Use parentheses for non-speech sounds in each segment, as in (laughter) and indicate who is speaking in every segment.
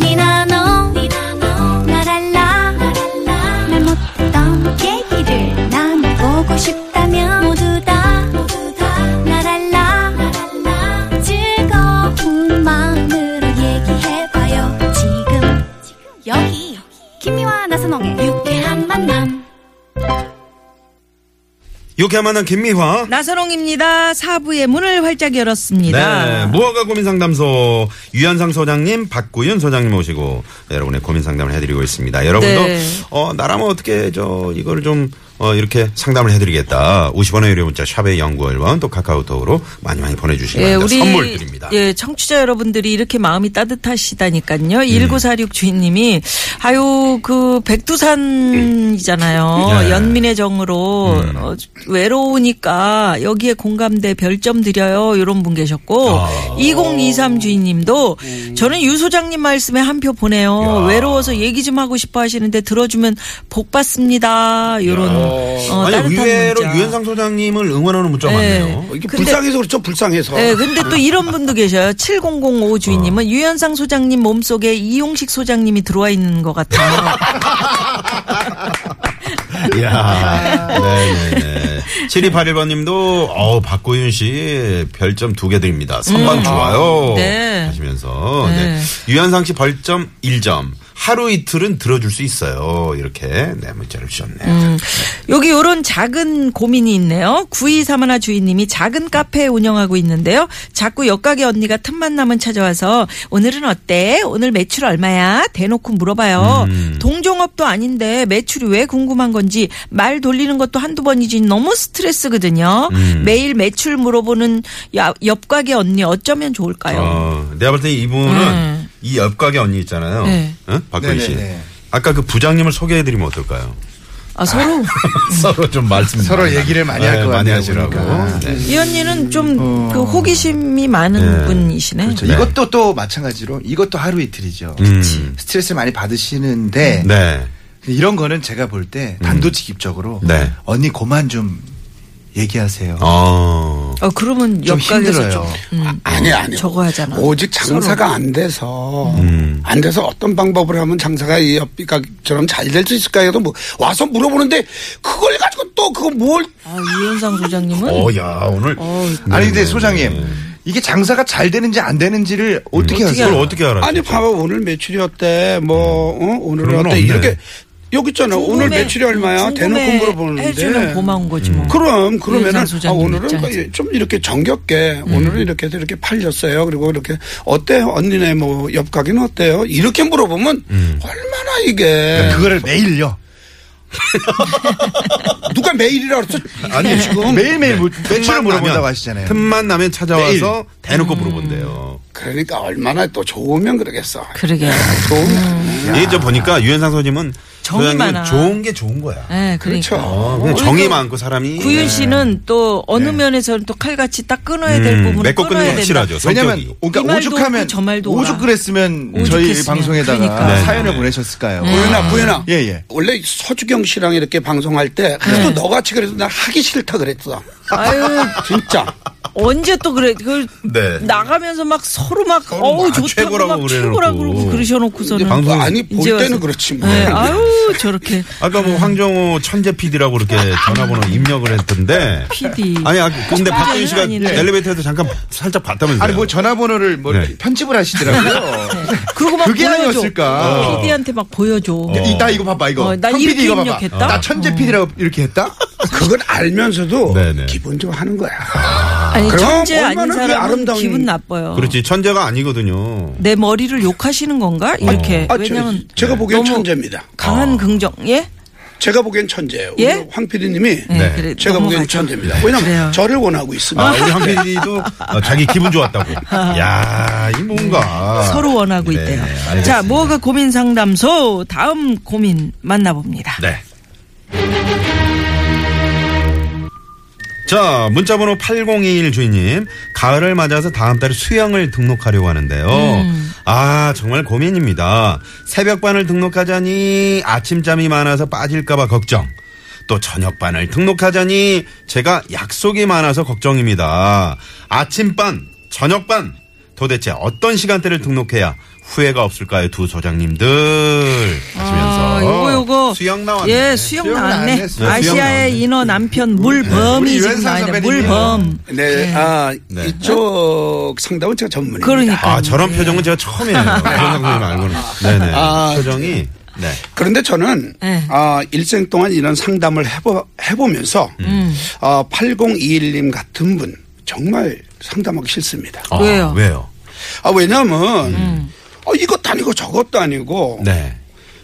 Speaker 1: 니나노 날 알라 말 못했던 얘기를 나눠보고 싶다면 모두 다날 알라 즐거운 마음으로 얘기해봐요 지금 여기 김미와 나선홍의 유쾌한 만남
Speaker 2: 이렇게 만한 김미화.
Speaker 3: 나선홍입니다. 사부의 문을 활짝 열었습니다.
Speaker 2: 네. 무허가 고민 상담소 유현상 소장님, 박구윤 소장님 모시고 네, 여러분의 고민 상담을 해드리고 있습니다. 여러분도
Speaker 3: 네.
Speaker 2: 어 나라면 어떻게 저 이걸 좀 어, 이렇게 상담을 해드리겠다. 50원의 유료 문자 샵의 연구 앨범 또 카카오톡으로 많이 많이 보내주시기
Speaker 3: 예,
Speaker 2: 바랍니다.
Speaker 3: 우리
Speaker 2: 선물 드립니다.
Speaker 3: 예, 청취자 여러분들이 이렇게 마음이 따뜻하시다니까요.
Speaker 2: 음.
Speaker 3: 1946 주인님이 아유 그 백두산이잖아요.
Speaker 2: 예.
Speaker 3: 연민의 정으로
Speaker 2: 음.
Speaker 3: 어, 외로우니까 여기에 공감대 별점 드려요. 이런 분 계셨고
Speaker 2: 아.
Speaker 3: 2023 주인님도
Speaker 2: 음.
Speaker 3: 저는 유 소장님 말씀에 한 표 보내요. 외로워서 얘기 좀 하고 싶어 하시는데 들어주면 복 받습니다. 이런 어,
Speaker 2: 아니
Speaker 3: 따뜻한
Speaker 2: 의외로
Speaker 3: 문자.
Speaker 2: 유현상 소장님을 응원하는 문자 많네요.
Speaker 4: 이게
Speaker 3: 근데-
Speaker 4: 불쌍해서 그렇죠, 불쌍해서.
Speaker 2: 어.
Speaker 3: 네, 근데 또 이런 분도 계셔요. 7005 주인님은 유현상 소장님 몸속에 이용식 소장님이 들어와 있는 것 같아요.
Speaker 2: 이야. 네네네. 7281번님도, 어 박고윤 씨 별점 두 개 드립니다. 선방 좋아요.
Speaker 3: 음. 네.
Speaker 2: 하시면서.
Speaker 3: 네.
Speaker 2: 네. 유현상 씨 벌점 1점. 하루 이틀은 들어줄 수 있어요. 이렇게, 네, 문자를 주셨네요.
Speaker 3: 음, 여기 요런 작은 고민이 있네요. 9231 주인님이 작은 카페 운영하고 있는데요. 자꾸 옆가게 언니가 틈만 나면 찾아와서 오늘은 어때? 오늘 매출 얼마야? 대놓고 물어봐요. 동종업도 아닌데 매출이 왜 궁금한 건지 말 돌리는 것도 한두 번이지 너무 스트레스거든요. 매일 매출 물어보는 야- 옆가게 언니 어쩌면 좋을까요?
Speaker 2: 어, 내가 볼 때 이분은
Speaker 3: 음.
Speaker 2: 이 옆가게 언니 있잖아요.
Speaker 3: 네.
Speaker 2: 응? 박고윤 씨.
Speaker 4: 네네네.
Speaker 2: 아까 그 부장님을 소개해드리면 어떨까요?
Speaker 3: 아, 서로.
Speaker 2: (laughs) 서로 좀 말씀
Speaker 4: 음. 서로 얘기를 많이 할것
Speaker 2: 많이
Speaker 4: 같네요,
Speaker 2: 하시라고.
Speaker 4: 보니까.
Speaker 2: 네.
Speaker 3: 이 언니는 좀 그 호기심이 많은
Speaker 2: 네.
Speaker 3: 분이시네.
Speaker 4: 그렇죠.
Speaker 2: 네.
Speaker 4: 이것도 또 마찬가지로 이것도 하루 이틀이죠.
Speaker 2: 음.
Speaker 4: 스트레스 많이 받으시는데
Speaker 2: 네.
Speaker 4: 이런 거는 제가 볼 때 단도직입적으로
Speaker 2: 네.
Speaker 4: 언니 그만 좀 얘기하세요.
Speaker 2: 어.
Speaker 3: 어, 그러면
Speaker 4: 좀
Speaker 3: 옆가게에서 좀 음,
Speaker 4: 힘들어요.
Speaker 5: 아니 아니
Speaker 3: 저거 하잖아.
Speaker 5: 오직 장사가 안 돼서
Speaker 2: 음.
Speaker 5: 안 돼서 어떤 방법을 하면 장사가 이 옆비가처럼 잘 될 수 있을까 해도 뭐 와서 물어보는데 그걸 가지고 또 그거 뭘
Speaker 3: 아, 유현상 소장님은
Speaker 2: 어, 야, 오늘.
Speaker 4: 아니
Speaker 3: 네.
Speaker 4: 근데 소장님 이게 장사가 잘 되는지 안 되는지를 네. 음. 어떻게
Speaker 3: 어떻게
Speaker 4: 하세요?
Speaker 2: 그렇죠, 그걸 어떻게 알아?
Speaker 5: 아니 봐봐 오늘 매출이 어때 뭐 어?
Speaker 2: 음.
Speaker 5: 오늘은
Speaker 2: 그런 건 없네.
Speaker 5: 어때 이렇게 여기 있잖아 오늘
Speaker 3: 궁금해-
Speaker 5: 매출이 얼마야 대놓고
Speaker 3: 궁금해
Speaker 5: 물어보는데 음.
Speaker 3: 해주는 고마운 거지
Speaker 2: 음.
Speaker 3: 뭐.
Speaker 5: 그럼 그러면은
Speaker 3: 유현상
Speaker 5: 아,
Speaker 3: 소장님
Speaker 5: 오늘은
Speaker 3: 입장에서.
Speaker 5: 좀 이렇게 정겹게
Speaker 2: 음.
Speaker 5: 오늘은 이렇게 해서 이렇게 팔렸어요. 그리고 이렇게 어때요? 언니네 뭐 옆가게는 어때요? 이렇게 물어보면
Speaker 2: 음.
Speaker 5: 얼마나
Speaker 2: 네.
Speaker 5: 이게
Speaker 4: 네. 그거를 매일요.
Speaker 5: 누가 매일이라 그랬어?
Speaker 2: 아니 지금
Speaker 4: 네. 매일매일 뭐-
Speaker 2: 틈만
Speaker 4: 매출을 물어본다고
Speaker 2: 나면,
Speaker 4: 하시잖아요. 네, 음.
Speaker 2: 틈만 나면 찾아와서 대놓고 물어본대요.
Speaker 5: 그러니까 얼마나 또 좋으면 그러겠어.
Speaker 3: 그러게. 아,
Speaker 5: 좋으면.
Speaker 2: 예전 보니까 유현상 소님은
Speaker 3: 정이
Speaker 2: 소장님은
Speaker 3: 많아.
Speaker 2: 좋은 게 좋은 거야.
Speaker 3: 예,
Speaker 5: 그렇죠.
Speaker 3: 그러니까.
Speaker 2: 어, 그냥 정이 많고 사람이
Speaker 3: 구윤 씨는 또 어느 면에서는 또 칼같이 딱 끊어야 될
Speaker 2: 음,
Speaker 3: 부분을
Speaker 2: 맺고 끊는
Speaker 3: 끊어야
Speaker 2: 게
Speaker 3: 된다.
Speaker 2: 확실하죠. 성격이.
Speaker 4: 왜냐면 그러니까
Speaker 3: 이 말도
Speaker 4: 오죽하면
Speaker 3: 없고 저 말도
Speaker 4: 오죽
Speaker 3: 없다.
Speaker 4: 그랬으면 저희
Speaker 3: 오죽했으면.
Speaker 4: 방송에다가
Speaker 3: 그러니까.
Speaker 2: 네,
Speaker 4: 사연을
Speaker 2: 네.
Speaker 4: 보내셨을까요?
Speaker 5: 구현아, 구현아.
Speaker 4: 예, 예.
Speaker 5: 원래 서주경 씨랑 이렇게 방송할 때
Speaker 3: 네.
Speaker 5: 그래도 너같이 그래서 나 하기 싫다 그랬어.
Speaker 3: 아유,
Speaker 5: 진짜.
Speaker 3: 언제 또 그래. 그
Speaker 2: 네.
Speaker 3: 나가면서 막 서로 막
Speaker 2: 서로
Speaker 3: 어우
Speaker 2: 막
Speaker 3: 좋다고
Speaker 2: 최고라고
Speaker 3: 막
Speaker 2: 그래놓고.
Speaker 3: 최고라고 그러고 그러셔놓고서는
Speaker 2: 방송-
Speaker 5: 아니 볼
Speaker 3: 이제 와서.
Speaker 5: 때는 그렇지 뭐.
Speaker 3: 예, 아유 저렇게
Speaker 2: 아까 뭐 황정호 천재 PD라고 이렇게
Speaker 3: (laughs)
Speaker 2: 전화번호 입력을 했던데
Speaker 3: PD.
Speaker 2: 아니 아, 근데 박구윤 씨가
Speaker 3: 아닌데.
Speaker 2: 엘리베이터에서 잠깐 살짝 봤다면서요.
Speaker 4: 아니 뭐 전화번호를 뭐
Speaker 2: 네.
Speaker 4: 이렇게
Speaker 3: (laughs)
Speaker 4: 편집을 하시더라고요.
Speaker 3: 그리고 막
Speaker 4: 그게
Speaker 3: 보여줘. 어.
Speaker 4: 아니었을까?
Speaker 3: PD한테 막 보여줘.
Speaker 4: 이- 나 이거 봐봐 이거.
Speaker 3: 어, 나
Speaker 4: 현
Speaker 3: 이렇게
Speaker 4: PD 이거 봐봐.
Speaker 3: 입력했다? 어.
Speaker 4: 나 천재 PD라고 이렇게 했다?
Speaker 5: 그걸 알면서도
Speaker 2: 네네.
Speaker 5: 기본적으로 하는 거야.
Speaker 3: 아니
Speaker 5: 그럼
Speaker 3: 천재 아닌
Speaker 5: 얼마나 그게
Speaker 3: 사람은
Speaker 5: 아름다운-
Speaker 3: 기분 나빠요.
Speaker 2: 어. 그렇지 천재가 아니거든요.
Speaker 3: 내 머리를 욕하시는 건가? 이렇게
Speaker 5: 아, 저-
Speaker 3: 왜냐면
Speaker 5: 제가 보기엔
Speaker 3: 너무
Speaker 5: 천재입니다.
Speaker 3: 강한 긍정 예?
Speaker 5: 제가 보기엔 천재예요.
Speaker 3: 예?
Speaker 5: 우리 황 PD님이
Speaker 2: 네.
Speaker 3: 그래,
Speaker 5: 제가 보기엔
Speaker 3: 넘어가죠.
Speaker 5: 천재입니다. 왜냐면
Speaker 3: 그래요.
Speaker 5: 저를 원하고 있습니다.
Speaker 2: 아, 우리 황
Speaker 3: (laughs)
Speaker 2: PD도 어, 자기 기분 좋았다고. 야, 이 뭔가
Speaker 3: 아. 서로 원하고
Speaker 2: 네,
Speaker 3: 있대요.
Speaker 2: 알겠습니다.
Speaker 3: 자, 뭐가 고민 상담소 다음 고민 만나봅니다.
Speaker 2: 네. 자, 문자번호 8021 주인님. 가을을 맞아서 다음 달에 수영을 등록하려고 하는데요. 아, 정말 고민입니다. 새벽반을 등록하자니 아침잠이 많아서 빠질까봐 걱정. 또 저녁반을 등록하자니 제가 약속이 많아서 걱정입니다. 아침반, 저녁반 도대체 어떤 시간대를 등록해야 후회가 없을까요? 두 소장님들 하시면서
Speaker 3: 아, 요거 요거
Speaker 2: 수영 나왔네.
Speaker 3: 예, 수영
Speaker 4: 수영
Speaker 3: 나왔네.
Speaker 4: 나왔네, 수영
Speaker 2: 나왔네.
Speaker 3: 아시아의 인어 남편 물범이
Speaker 4: 우리
Speaker 3: 지금
Speaker 4: 유현상
Speaker 3: 나왔네.
Speaker 4: 선배님이요.
Speaker 3: 물범.
Speaker 5: 네, 아,
Speaker 2: 네.
Speaker 5: 이쪽 상담은 제가 전문입니다.
Speaker 3: 그러니까.
Speaker 2: 아 저런 표정은 제가
Speaker 3: (laughs)
Speaker 2: 처음이에요. 이런 상상님 알고는. 네네.
Speaker 5: 아,
Speaker 2: 표정이 네.
Speaker 5: 그런데 저는
Speaker 3: 네.
Speaker 5: 아, 일생 동안 이런 상담을 해보, 해보면서
Speaker 3: 음.
Speaker 5: 아, 8021님 같은 분 정말 상담하기 싫습니다.
Speaker 2: 아,
Speaker 3: 왜요?
Speaker 2: 왜요?
Speaker 5: 아, 왜냐면
Speaker 3: 음.
Speaker 5: 어, 이것도 아니고 저것도 아니고
Speaker 2: 네.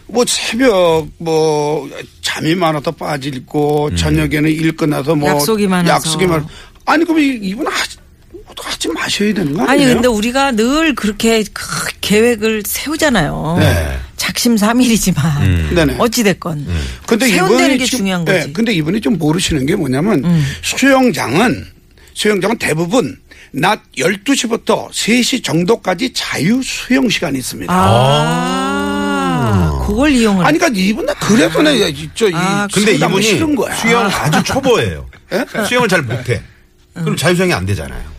Speaker 5: 뭐 새벽 뭐 잠이 많아서 빠지고 저녁에는 일 끝나서 뭐
Speaker 3: 약속이 많아서.
Speaker 5: 약속이 많- 아니 그럼 이- 이분 하지 뭐 하지 마셔야 되는 거
Speaker 3: 아니
Speaker 5: 아니에요?
Speaker 3: 근데 우리가 늘 그렇게 그 계획을 세우잖아요.
Speaker 2: 네.
Speaker 3: 작심삼일이지만
Speaker 5: 네네.
Speaker 3: 어찌 됐건
Speaker 5: 음. 근데
Speaker 3: 세운다는 게
Speaker 5: 지금-
Speaker 3: 중요한
Speaker 5: 네,
Speaker 3: 거지. 음.
Speaker 5: 근데 이분이 좀 모르시는 게 뭐냐면 수영장은 수영장은 대부분 낮 12시부터 3시 정도까지 자유 수영 시간이 있습니다. 아.
Speaker 3: 아, 그걸 이용을.
Speaker 5: 니 그러니까 이분은 그래서 내가 진짜 이
Speaker 3: 아,
Speaker 2: 근데
Speaker 5: 상담은
Speaker 2: 이분이
Speaker 5: 싫은 거야.
Speaker 2: 수영 아주 초보예요. 수영을 잘 못해. 그럼 자유수영이 안 되잖아요.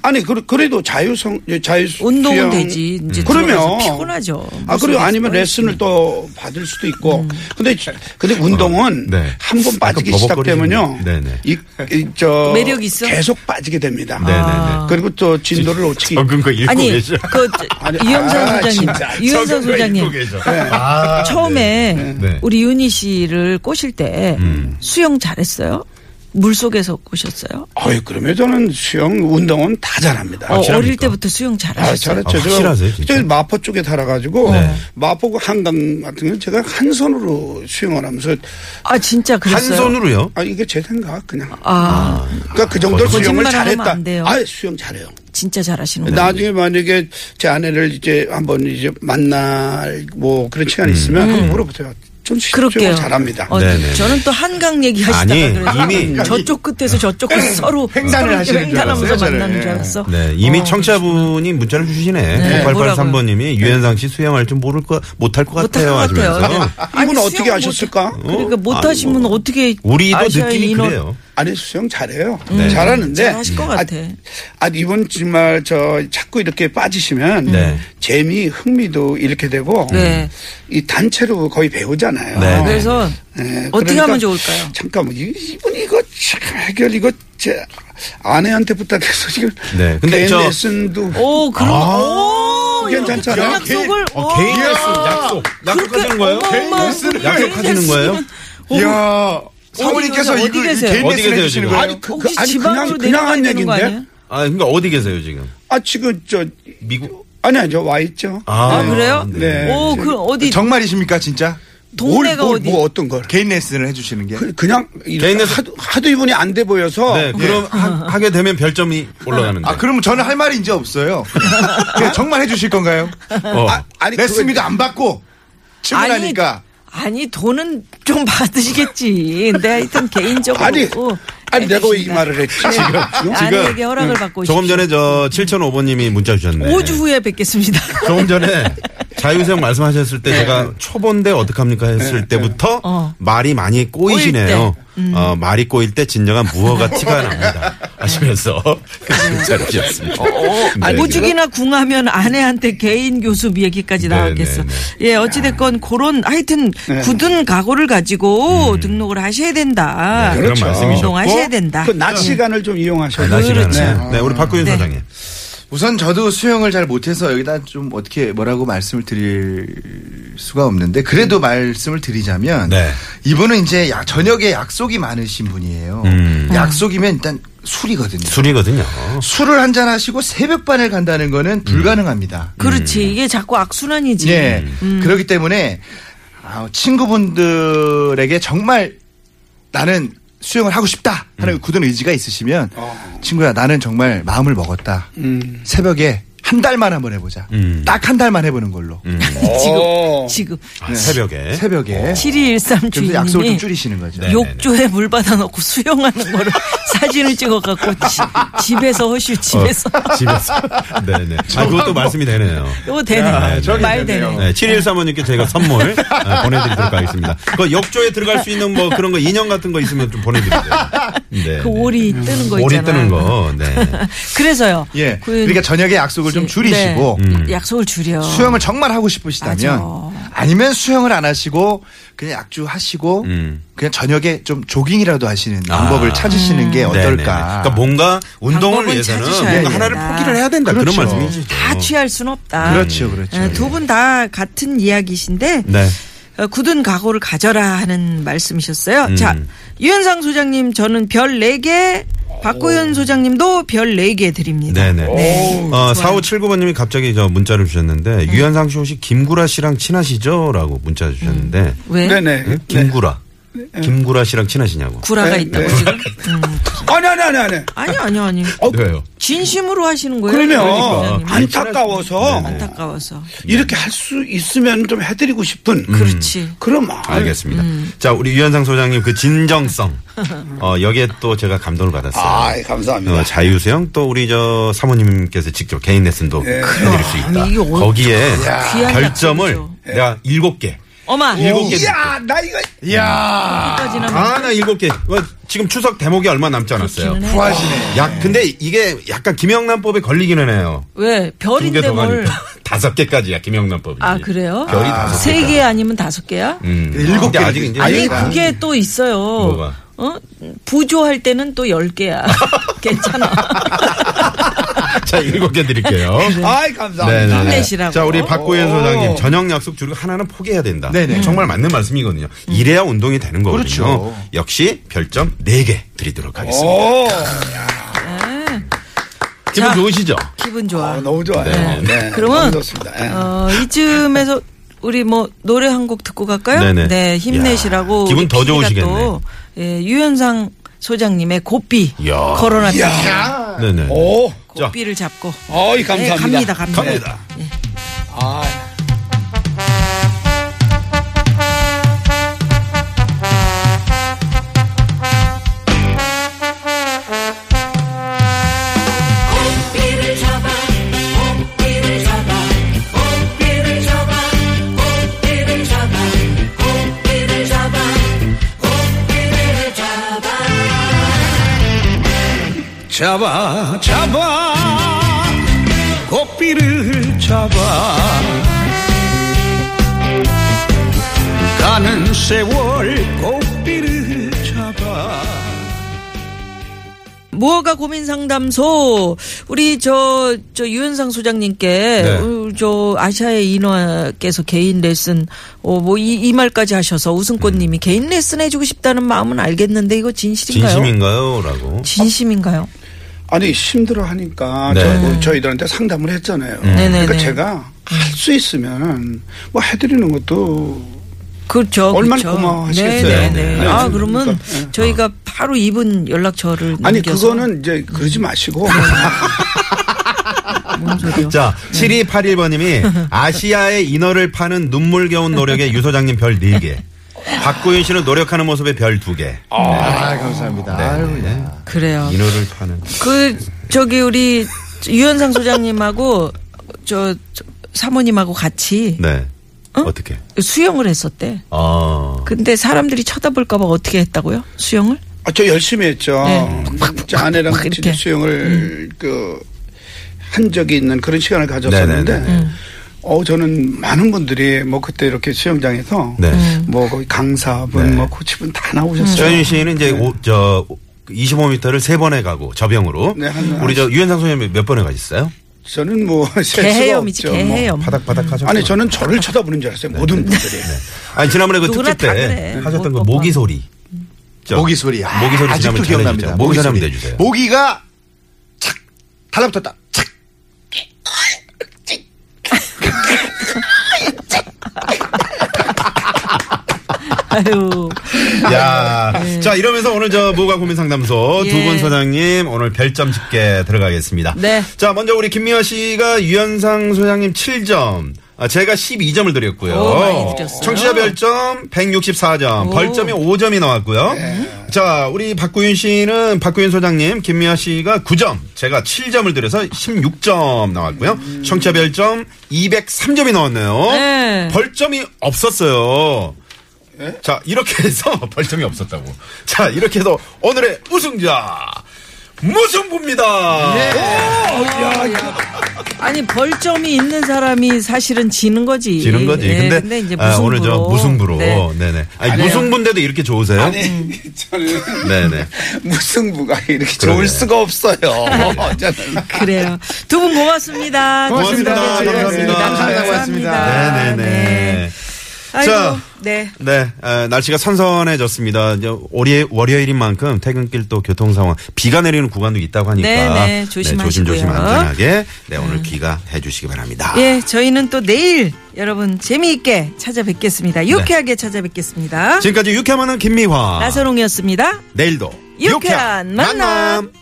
Speaker 5: 아니 그, 그래도 자유성 예, 자유
Speaker 3: 운동은
Speaker 5: 수영.
Speaker 3: 되지. 이제
Speaker 5: 그러면
Speaker 3: 들어가서 피곤하죠.
Speaker 5: 아 그리고
Speaker 3: 무슨 레슨 음.
Speaker 5: 아니면 레슨을 또 받을 수도 있고. 근데 근데 운동은
Speaker 2: 어, 네.
Speaker 5: 한 번 빠지기
Speaker 2: 약간
Speaker 5: 시작되면요.
Speaker 2: 네네.
Speaker 5: 이저
Speaker 3: 매력 있어?
Speaker 5: 계속 빠지게 됩니다.
Speaker 2: 네네네. 아.
Speaker 5: 그리고 또 진도를 놓치기.
Speaker 2: 적은 거 읽고
Speaker 3: 아니
Speaker 2: 계셔.
Speaker 3: 그
Speaker 5: 아니,
Speaker 3: 유영상
Speaker 5: 아,
Speaker 3: 소장님,
Speaker 5: 진짜.
Speaker 3: 유영상
Speaker 2: 적은 거 읽고
Speaker 3: 소장님.
Speaker 2: 계셔. 아,
Speaker 3: 처음에
Speaker 2: 네.
Speaker 3: 우리 윤희 씨를 꼬실 때 수영 잘했어요? 물 속에서 꼬셨어요?
Speaker 5: 어이 그러면 저는 수영 운동은 다 아, 잘합니다.
Speaker 3: 어,
Speaker 2: 확실합니까?
Speaker 3: 어릴 때부터 수영
Speaker 5: 아,
Speaker 3: 잘하셨어요.
Speaker 5: 잘했죠.
Speaker 2: 아, 확실하세요,
Speaker 5: 저,
Speaker 2: 진짜?
Speaker 5: 저 마포 쪽에 살아가지고
Speaker 2: 네.
Speaker 5: 마포구 한강 같은 경우 는 제가 한 손으로 수영을 하면서
Speaker 3: 아, 진짜
Speaker 2: 한
Speaker 3: 그랬어요.
Speaker 2: 손으로요?
Speaker 5: 아 이게 제 생각 그냥.
Speaker 3: 아,
Speaker 5: 그러니까 그 정도로
Speaker 3: 거짓말
Speaker 5: 수영을
Speaker 3: 하면
Speaker 5: 잘했다.
Speaker 3: 안 돼요. 네.
Speaker 5: 아 수영 잘해요.
Speaker 3: 진짜 잘하시는 거예요.
Speaker 5: 나중에 만약에 제 아내를 이제 한번 이제 만날 뭐 그런 시간이 있으면 한번 물어보세요. 전
Speaker 3: 음. 그럴게요.
Speaker 5: 수영 잘합니다.
Speaker 3: 어,
Speaker 2: 음. 네네.
Speaker 3: 저는 또 한강 얘기하시다가
Speaker 2: 아니,
Speaker 3: 그래서
Speaker 2: 이미-
Speaker 3: 저쪽 끝에서 저쪽 끝 서로
Speaker 4: 횡단을
Speaker 3: 서로
Speaker 4: 하시는 줄
Speaker 3: 횡단하면서
Speaker 4: 알았어요, 저는.
Speaker 3: 만나는 줄 알았어.
Speaker 2: 네, 이미
Speaker 3: 어,
Speaker 2: 청자분이 문자를 주시네.
Speaker 3: 네,
Speaker 2: 0883번님이 유현상 씨 수영할 줄 모를 거, 못할 것
Speaker 3: 못할
Speaker 2: 같아요.
Speaker 3: 것 같아요. 네.
Speaker 2: 하시면서.
Speaker 5: 이분
Speaker 3: 아니,
Speaker 5: 어떻게
Speaker 3: 수영
Speaker 5: 아셨을까?
Speaker 3: 못- 그러니까 못하신
Speaker 2: 아니,
Speaker 3: 분은
Speaker 2: 뭐.
Speaker 3: 어떻게
Speaker 2: 우리도
Speaker 3: 아시아의
Speaker 2: 느낌이
Speaker 3: 인원-
Speaker 2: 그래요.
Speaker 5: 아니 수영 잘해요.
Speaker 2: 네.
Speaker 5: 잘하는데
Speaker 3: 음, 잘하실 것 같아.
Speaker 5: 아, 아 이분 정말 저 자꾸 이렇게 빠지시면
Speaker 2: 네.
Speaker 5: 재미 흥미도 잃게 되고
Speaker 3: 네.
Speaker 5: 이 단체로 거의 배우잖아요.
Speaker 2: 네.
Speaker 3: 그래서
Speaker 5: 네,
Speaker 3: 어떻게
Speaker 5: 그러니까
Speaker 3: 하면 좋을까요?
Speaker 5: 잠깐만 이- 이분 이거 참 해결 이거 제 아내한테 부탁해서 지금
Speaker 2: 네, 근데
Speaker 5: 개인
Speaker 2: 저-
Speaker 5: 레슨도
Speaker 3: 오, 어, 그런
Speaker 2: 아,
Speaker 3: 오,
Speaker 5: 괜찮잖아요.
Speaker 3: 이런 약속을
Speaker 2: 어, 개인 레슨 약속. 약속하시는 거예요?
Speaker 3: 개인
Speaker 4: 레슨을
Speaker 2: 약속하시는 거예요?
Speaker 4: 이야. 사모님께서
Speaker 3: 어, 어디
Speaker 4: 이거
Speaker 3: 계세요?
Speaker 4: 개인
Speaker 2: 어디
Speaker 4: 레슨
Speaker 2: 계세요,
Speaker 4: 해주시는
Speaker 2: 지금?
Speaker 4: 거예요?
Speaker 5: 아니 그, 그
Speaker 3: 혹시
Speaker 5: 아니
Speaker 3: 지방으로
Speaker 5: 그냥 그냥
Speaker 3: 내려가야
Speaker 5: 한
Speaker 3: 되는 거
Speaker 5: 얘기인데
Speaker 3: 아니에요?
Speaker 2: 아, 그러니까 어디 계세요, 지금?
Speaker 5: 아 지금 저
Speaker 2: 미국?
Speaker 5: 아니야 저 와 있죠.
Speaker 3: 아, 그래요?
Speaker 5: 네.
Speaker 3: 오, 그 어디
Speaker 4: 정말이십니까 진짜?
Speaker 3: 동네가
Speaker 5: 뭘, 뭘,
Speaker 3: 어디? 그러니까.
Speaker 5: 뭐 어떤 걸?
Speaker 4: 개인 레슨을 해주시는 게?
Speaker 5: 그, 그냥
Speaker 2: 개인은-
Speaker 5: 개인은 하도, 하도 이분이 안 돼 보여서
Speaker 2: 네, 그럼 하, 하게 되면 (laughs) 별점이 올라가는데.
Speaker 4: 아 그러면 저는 할 말이
Speaker 3: (laughs)
Speaker 4: 이제 없어요. 그냥 정말 해주실 건가요?
Speaker 2: 어.
Speaker 5: 아, 아니 그거-
Speaker 4: 레슨비도 안 받고 출근하니까.
Speaker 3: 아니, 아니, 돈은 좀 받으시겠지. 근데 하여튼 개인적으로
Speaker 5: 아니,
Speaker 3: 어.
Speaker 5: 아니, 내가 왜이
Speaker 3: 해주신다.
Speaker 5: 말을 했지? 어?
Speaker 3: 네.
Speaker 5: 지금,
Speaker 3: 아내에게 허락을 받고
Speaker 2: 조금 전에 저 7005번님이 문자 주셨네.
Speaker 3: 5주 후에 뵙겠습니다.
Speaker 2: 조금 전에 자유수영 말씀하셨을 때 제가 초보인데 어떡합니까 했을 때부터
Speaker 3: 네. 어.
Speaker 2: 말이 많이 꼬이시네요.
Speaker 3: 꼬일 음.
Speaker 2: 어, 말이 꼬일 때 진정한 무어가 티가 납니다. 하시면서
Speaker 3: 네.
Speaker 2: 문자를
Speaker 3: 어,
Speaker 2: 주셨습니다. 네.
Speaker 3: 오죽이나 궁하면 아내한테 개인 교습 얘기까지
Speaker 2: 네,
Speaker 3: 나왔겠어.
Speaker 2: 네,
Speaker 3: 예, 어찌됐건 그런 하여튼 굳은 각오를 가지고 등록을 하셔야 된다.
Speaker 2: 그런 말씀이셨고.
Speaker 3: 운동하셔야 된다. 어. 음.
Speaker 5: 그 낮 시간을 좀 이용하셔야
Speaker 2: 나
Speaker 5: 돼요.
Speaker 2: 시간에.
Speaker 3: 그렇죠.
Speaker 2: 네, 우리 박구윤
Speaker 3: 네.
Speaker 2: 소장님.
Speaker 4: 우선 저도 수영을 잘 못해서 여기다 좀 어떻게 뭐라고 말씀을 드릴 수가 없는데 그래도 말씀을 드리자면
Speaker 2: 음. 네.
Speaker 4: 이분은 이제 야- 저녁에 약속이 많으신 분이에요.
Speaker 2: 음.
Speaker 4: 약속이면 일단 술이거든요.
Speaker 2: 술이거든요.
Speaker 4: 술을 한잔 하시고 새벽반을 간다는
Speaker 2: 음.
Speaker 4: 거는 불가능합니다.
Speaker 3: 그렇지. 이게 자꾸 악순환이지.
Speaker 4: 예.
Speaker 2: 음.
Speaker 4: 그렇기 때문에 아, 친구분들에게 정말 나는 수영을 하고 싶다
Speaker 2: 음. 어.
Speaker 4: 하는 굳은 의지가 있으시면 친구야 나는 정말 마음을 먹었다. 새벽에 한 달만 한번 해보자.
Speaker 2: 음.
Speaker 4: 딱 한 달만 해보는 걸로.
Speaker 5: 네.
Speaker 4: 네.
Speaker 5: 지금
Speaker 3: 지금
Speaker 2: 아, (laughs) 새벽에. 어.
Speaker 4: 새벽에.
Speaker 3: 7213
Speaker 4: 좀 더 약속을 좀
Speaker 3: 주인님이
Speaker 4: 줄이시는 거죠.
Speaker 2: 네.
Speaker 3: 욕조에 물 받아놓고 수영하는 거를 (laughs) 사진을 찍어갖고 지- 집에서 허쉬 집에서 뭐.
Speaker 2: 어, 집에서. 네네. 아, 그것도 말씀이 되네요.
Speaker 3: 이거 되네
Speaker 2: 야, 아, 저기
Speaker 3: 말
Speaker 4: 되네요.
Speaker 2: 네,
Speaker 3: 되네
Speaker 2: 7135님께 저희가 (laughs) 선물 아, 보내드리도록 하겠습니다. 그 욕조에 들어갈 수 있는 뭐 그런 거 인형 같은 거 있으면 좀 보내드릴게요. 네.
Speaker 3: 그 오리 뜨는 거
Speaker 2: 오리
Speaker 3: 있잖아
Speaker 2: 뜨는 거. 네.
Speaker 3: (laughs) 그래서요
Speaker 4: 예.
Speaker 3: 그-
Speaker 4: 그러니까 저녁에 약속을 좀
Speaker 2: 예.
Speaker 3: 네.
Speaker 4: 줄이시고
Speaker 3: 음. 약속을 줄여
Speaker 4: 수영을 정말 하고 싶으시다면
Speaker 3: 맞아.
Speaker 4: 아니면 수영을 안 하시고 그냥 약주 하시고
Speaker 2: 음.
Speaker 4: 그냥 저녁에 좀 조깅이라도 하시는
Speaker 2: 아.
Speaker 4: 방법을 찾으시는 게
Speaker 3: 음.
Speaker 4: 어떨까?
Speaker 2: 네네네. 그러니까 뭔가 운동을
Speaker 3: 방법은
Speaker 2: 위해서는
Speaker 3: 찾으셔야
Speaker 2: 뭔가
Speaker 3: 된다.
Speaker 2: 하나를 포기를 해야 된다. 그런
Speaker 4: 그렇죠.
Speaker 2: 말씀이시죠.
Speaker 3: 다 취할 순 없다 예,
Speaker 4: 그렇죠, 그렇죠.
Speaker 3: 아. 네, 두 분 다 같은 이야기신데
Speaker 2: 네.
Speaker 3: 어, 굳은 각오를 가져라 하는 말씀이셨어요.
Speaker 2: 음.
Speaker 3: 자, 유현상 소장님 저는 별 4개, 박고현 소장님도 별 4개 드립니다.
Speaker 2: 네네. 어, 4579번님이 갑자기 저 문자를 주셨는데,
Speaker 3: 네.
Speaker 2: 유현상 씨 혹시 김구라 씨랑 친하시죠? 라고 문자 주셨는데,
Speaker 3: 왜?
Speaker 5: 어. 네네.
Speaker 3: 음.
Speaker 2: 예? 김구라. 김구라 씨랑 친하시냐고.
Speaker 3: 구라가
Speaker 5: 네,
Speaker 3: 있다고
Speaker 5: 네.
Speaker 3: 지금?
Speaker 5: 아니 아니 아니 아니.
Speaker 3: 아니, 아니, 아니.
Speaker 2: 왜요?
Speaker 3: 진심으로 하시는 거예요?
Speaker 2: 아.
Speaker 3: 유현상
Speaker 5: 그러면
Speaker 2: 그러니까.
Speaker 3: 소장님?
Speaker 5: 안타까워서
Speaker 2: 네,
Speaker 3: 안타까워서.
Speaker 2: 음.
Speaker 5: 이렇게 할 수 있으면 좀 해드리고 싶은
Speaker 3: 그렇지.
Speaker 5: 그런 마음.
Speaker 2: 알겠습니다. 자, 우리 유현상 소장님 그
Speaker 3: (laughs)
Speaker 2: 진정성. 어, 여기에 또 제가 감동을 받았어요.
Speaker 5: 아이, 예. 감사합니다.
Speaker 2: 어, 자유수영 또 우리 저 사모님께서 직접 개인 레슨도 해드릴 수 있다.
Speaker 3: 아니, 이게 어-
Speaker 2: 거기에
Speaker 3: 귀한
Speaker 2: 아, 결점을
Speaker 3: 약속이죠.
Speaker 2: 내가 일곱 개.
Speaker 3: 어마!
Speaker 2: 일곱 개.
Speaker 5: 이야, 나 이거
Speaker 3: 여기까지는
Speaker 2: 아 나 일곱 개. 와, 지금 추석 대목이 얼마 남지 않았어요.
Speaker 4: 부하시네.
Speaker 2: 약 근데 이게 약간 김영란법에 걸리기는 해요. 두
Speaker 3: 왜?
Speaker 2: 개
Speaker 3: 별인데
Speaker 2: 더
Speaker 3: 뭘.
Speaker 2: 가니까 (laughs) 다섯 개까지야 김영란법이.
Speaker 3: 아, 그래요?
Speaker 2: 별이 다섯
Speaker 3: 세
Speaker 2: 개까지.
Speaker 3: 개 아니면 다섯 개야?
Speaker 2: 음.
Speaker 4: 일곱
Speaker 2: 근데
Speaker 4: 개.
Speaker 2: 아직 이제
Speaker 3: 아니,
Speaker 4: 그러니까.
Speaker 3: 그게 또 있어요.
Speaker 2: 뭐가?
Speaker 3: 어? 부조할 때는 또 열개야 (laughs) 괜찮아. (laughs)
Speaker 2: (laughs) 자 일곱 개 드릴게요.
Speaker 3: 네.
Speaker 5: 아이 감사합니다.
Speaker 2: 네네.
Speaker 3: 힘내시라고.
Speaker 2: 자, 우리 박고현 소장님 저녁 약속 줄이고 하나는 포기해야 된다.
Speaker 4: 네네.
Speaker 2: 정말 맞는 말씀이거든요. 이래야 운동이 되는 거거든요.
Speaker 4: 그렇죠.
Speaker 2: 역시 별점 네 개 드리도록 하겠습니다.
Speaker 5: 오,
Speaker 2: 기분
Speaker 3: 자.
Speaker 2: 좋으시죠?
Speaker 3: 기분 좋아.
Speaker 5: 아, 너무 좋아요.
Speaker 2: 네.
Speaker 5: 네,
Speaker 3: 그러면
Speaker 5: 너무 좋습니다. 예.
Speaker 3: 어, 이쯤에서 우리 뭐 노래 한 곡 듣고 갈까요?
Speaker 2: 네네.
Speaker 3: 네, 힘내시라고.
Speaker 2: 야, 기분
Speaker 3: 우리
Speaker 2: 더
Speaker 3: PD가
Speaker 2: 좋으시겠네.
Speaker 3: 또, 예, 유현상 소장님의 고삐
Speaker 2: 야.
Speaker 3: 코로나 때
Speaker 5: 야,
Speaker 2: 네네.
Speaker 5: 오,
Speaker 2: 자,
Speaker 3: 고삐를 잡고
Speaker 5: 어이
Speaker 3: 네, 갑니다,
Speaker 5: 감사합니다.
Speaker 3: 갑니다.
Speaker 2: 갑니다.
Speaker 5: 아.
Speaker 1: 꽃피를 잡아 꽃피를 잡아 꽃피를 잡아 꽃피를 잡아 꽃피를 잡아 꽃피를 잡아
Speaker 6: 잡아 잡아 고삐를 잡아 가는 세월 고삐를 잡아
Speaker 3: 무허가 고민 상담소 우리 저 저 유현상 소장님께
Speaker 2: 네.
Speaker 3: 어, 저 아시아의 인화께서 개인 레슨 어 뭐 이 이 말까지 하셔서
Speaker 2: 음.
Speaker 3: 우승꽃님이 개인 레슨 해주고 싶다는 마음은 알겠는데 이거 진실인가요?
Speaker 2: 진심인가요? 라고.
Speaker 3: 진심인가요?
Speaker 5: 아니 힘들어 하니까
Speaker 2: 네. 음.
Speaker 5: 저, 뭐 저희들한테 상담을 했잖아요. 그러니까
Speaker 3: 네네네.
Speaker 5: 제가 할 수 있으면 뭐 해드리는 것도
Speaker 3: 그렇죠.
Speaker 5: 얼마나
Speaker 3: 그렇죠.
Speaker 5: 고마워하시겠어요.
Speaker 3: 네, 네, 네.
Speaker 2: 네.
Speaker 3: 아
Speaker 5: 네.
Speaker 3: 그러면
Speaker 5: 그러니까,
Speaker 3: 저희가 바로 이분 연락처를
Speaker 5: 아니
Speaker 3: 남겨서
Speaker 5: 그거는 이제
Speaker 3: (laughs)
Speaker 5: 그러지 마시고
Speaker 3: 뭔 소리요?
Speaker 2: 자, 7281번님이 아시아의 인어를 파는 눈물겨운 노력에 유 소장님 별 네개 박고윤 씨는 노력하는 모습에 별 두개
Speaker 4: 아, 감사합니다. 아유, 야.
Speaker 3: 그래요.
Speaker 2: 인어를 파는.
Speaker 3: 그 저기 우리 유현상 소장님하고 저, 저 사모님하고 같이
Speaker 2: 네. 어떻게?
Speaker 3: 수영을 했었대.
Speaker 2: 아.
Speaker 3: 근데 사람들이 쳐다볼까봐 어떻게 했다고요? 수영을?
Speaker 5: 아, 저 열심히 했죠.
Speaker 3: 네.
Speaker 5: 저 아내랑
Speaker 3: 막
Speaker 5: 같이
Speaker 3: 이렇게. 음.
Speaker 5: 수영을 그 한 적이 있는 그런 시간을 가졌었는데,
Speaker 2: 네네네.
Speaker 3: 음.
Speaker 5: 어 저는 많은 분들이 뭐 그때 이렇게 수영장에서
Speaker 2: 네.
Speaker 5: 뭐 거기 강사분,
Speaker 2: 네. 음.
Speaker 5: 뭐 코치분 다
Speaker 3: 음.
Speaker 5: 나오셨어요.
Speaker 2: 조현희 씨는 이제 오, 저 25m를 세 번에 가고 저병으로
Speaker 5: 네, 한-
Speaker 2: 우리 저 유현상 소장님 몇 번에 가셨어요?
Speaker 5: 저는 뭐셀 (laughs) 수가
Speaker 3: 개헤염이지
Speaker 5: 없죠. 뭐.
Speaker 3: 개헤염.
Speaker 2: 바닥바닥 하셨
Speaker 5: 아니 저는 저를 쳐다보는 줄
Speaker 2: 네.
Speaker 5: 알았어요. 모든 분들이.
Speaker 2: 아니 지난번에 그
Speaker 3: 누구나
Speaker 2: 특집 때
Speaker 3: 다 그래. 뭐,
Speaker 2: 하셨던 그
Speaker 3: 못
Speaker 2: 모기 소리. 저-
Speaker 4: 모기 소리. 아,
Speaker 2: 모기 소리
Speaker 4: 아직도
Speaker 2: 지나면
Speaker 4: 기억납니다.
Speaker 2: 전해주세요. 모기 소리
Speaker 4: 소리.
Speaker 2: 한번 내주세요.
Speaker 4: 모기가 착 달라붙었다. 착.
Speaker 3: 아유.
Speaker 2: 야, 자 이러면서 오늘 저 무가 고민 상담소
Speaker 3: 네. 예.
Speaker 2: 두 분 소장님 오늘 별점 집게 들어가겠습니다.
Speaker 3: 네.
Speaker 2: 자 먼저 우리 김미아 씨가 유현상 소장님 7점. 아, 제가 12점을 드렸고요.
Speaker 3: 오, 많이 드렸어요.
Speaker 2: 청취자 별점 164점,
Speaker 3: 오.
Speaker 2: 벌점이 5점이 나왔고요. 자, 우리 박구윤 씨는 박구윤 소장님, 김미아 씨가 9점, 제가 7점을 드려서 16점 나왔고요. 청취자 별점 203점이 나왔네요.
Speaker 3: 네.
Speaker 2: 벌점이 없었어요. 자, 이렇게 해서 (laughs) 벌점이 없었다고. 자, 이렇게 해서 오늘의 우승자 무승부입니다.
Speaker 5: 아,
Speaker 3: 아니 벌점이 있는 사람이 사실은 지는 거지.
Speaker 2: 지는 거지.
Speaker 3: 예,
Speaker 2: 근데,
Speaker 3: 이제
Speaker 2: 아, 오늘 저 무승부로.
Speaker 3: 네.
Speaker 2: 네. 네 아니, 무승부인데도 이렇게 좋으세요?
Speaker 5: 아니 저는
Speaker 2: 네네.
Speaker 5: (laughs) 무승부가 이렇게
Speaker 2: 그러네.
Speaker 5: 좋을 수가 없어요. 저는.
Speaker 3: 그래요. 두 분 고맙습니다.
Speaker 2: 고맙습니다.
Speaker 3: 좋은 방송
Speaker 2: 감사합니다.
Speaker 3: 감사합니다.
Speaker 4: 감사합니다.
Speaker 3: 감사합니다.
Speaker 2: 아, 네네네.
Speaker 3: 아이고,
Speaker 2: 자.
Speaker 3: 네.
Speaker 2: 네, 에, 날씨가 선선해졌습니다. 이제 월요일, 월요일인 만큼 퇴근길 또 교통 상황, 비가 내리는 구간도 있다고 하니까
Speaker 3: 네, 네,
Speaker 2: 조심 조심
Speaker 3: 조심하시고요.
Speaker 2: 안전하게 네 오늘 귀가 해주시기 바랍니다.
Speaker 3: 예, 저희는 또 내일 여러분 재미있게 찾아뵙겠습니다. 유쾌하게 찾아뵙겠습니다.
Speaker 2: 지금까지 유쾌한 만남 김미화.
Speaker 3: 나선홍이었습니다.
Speaker 2: 내일도
Speaker 3: 유쾌한 만남.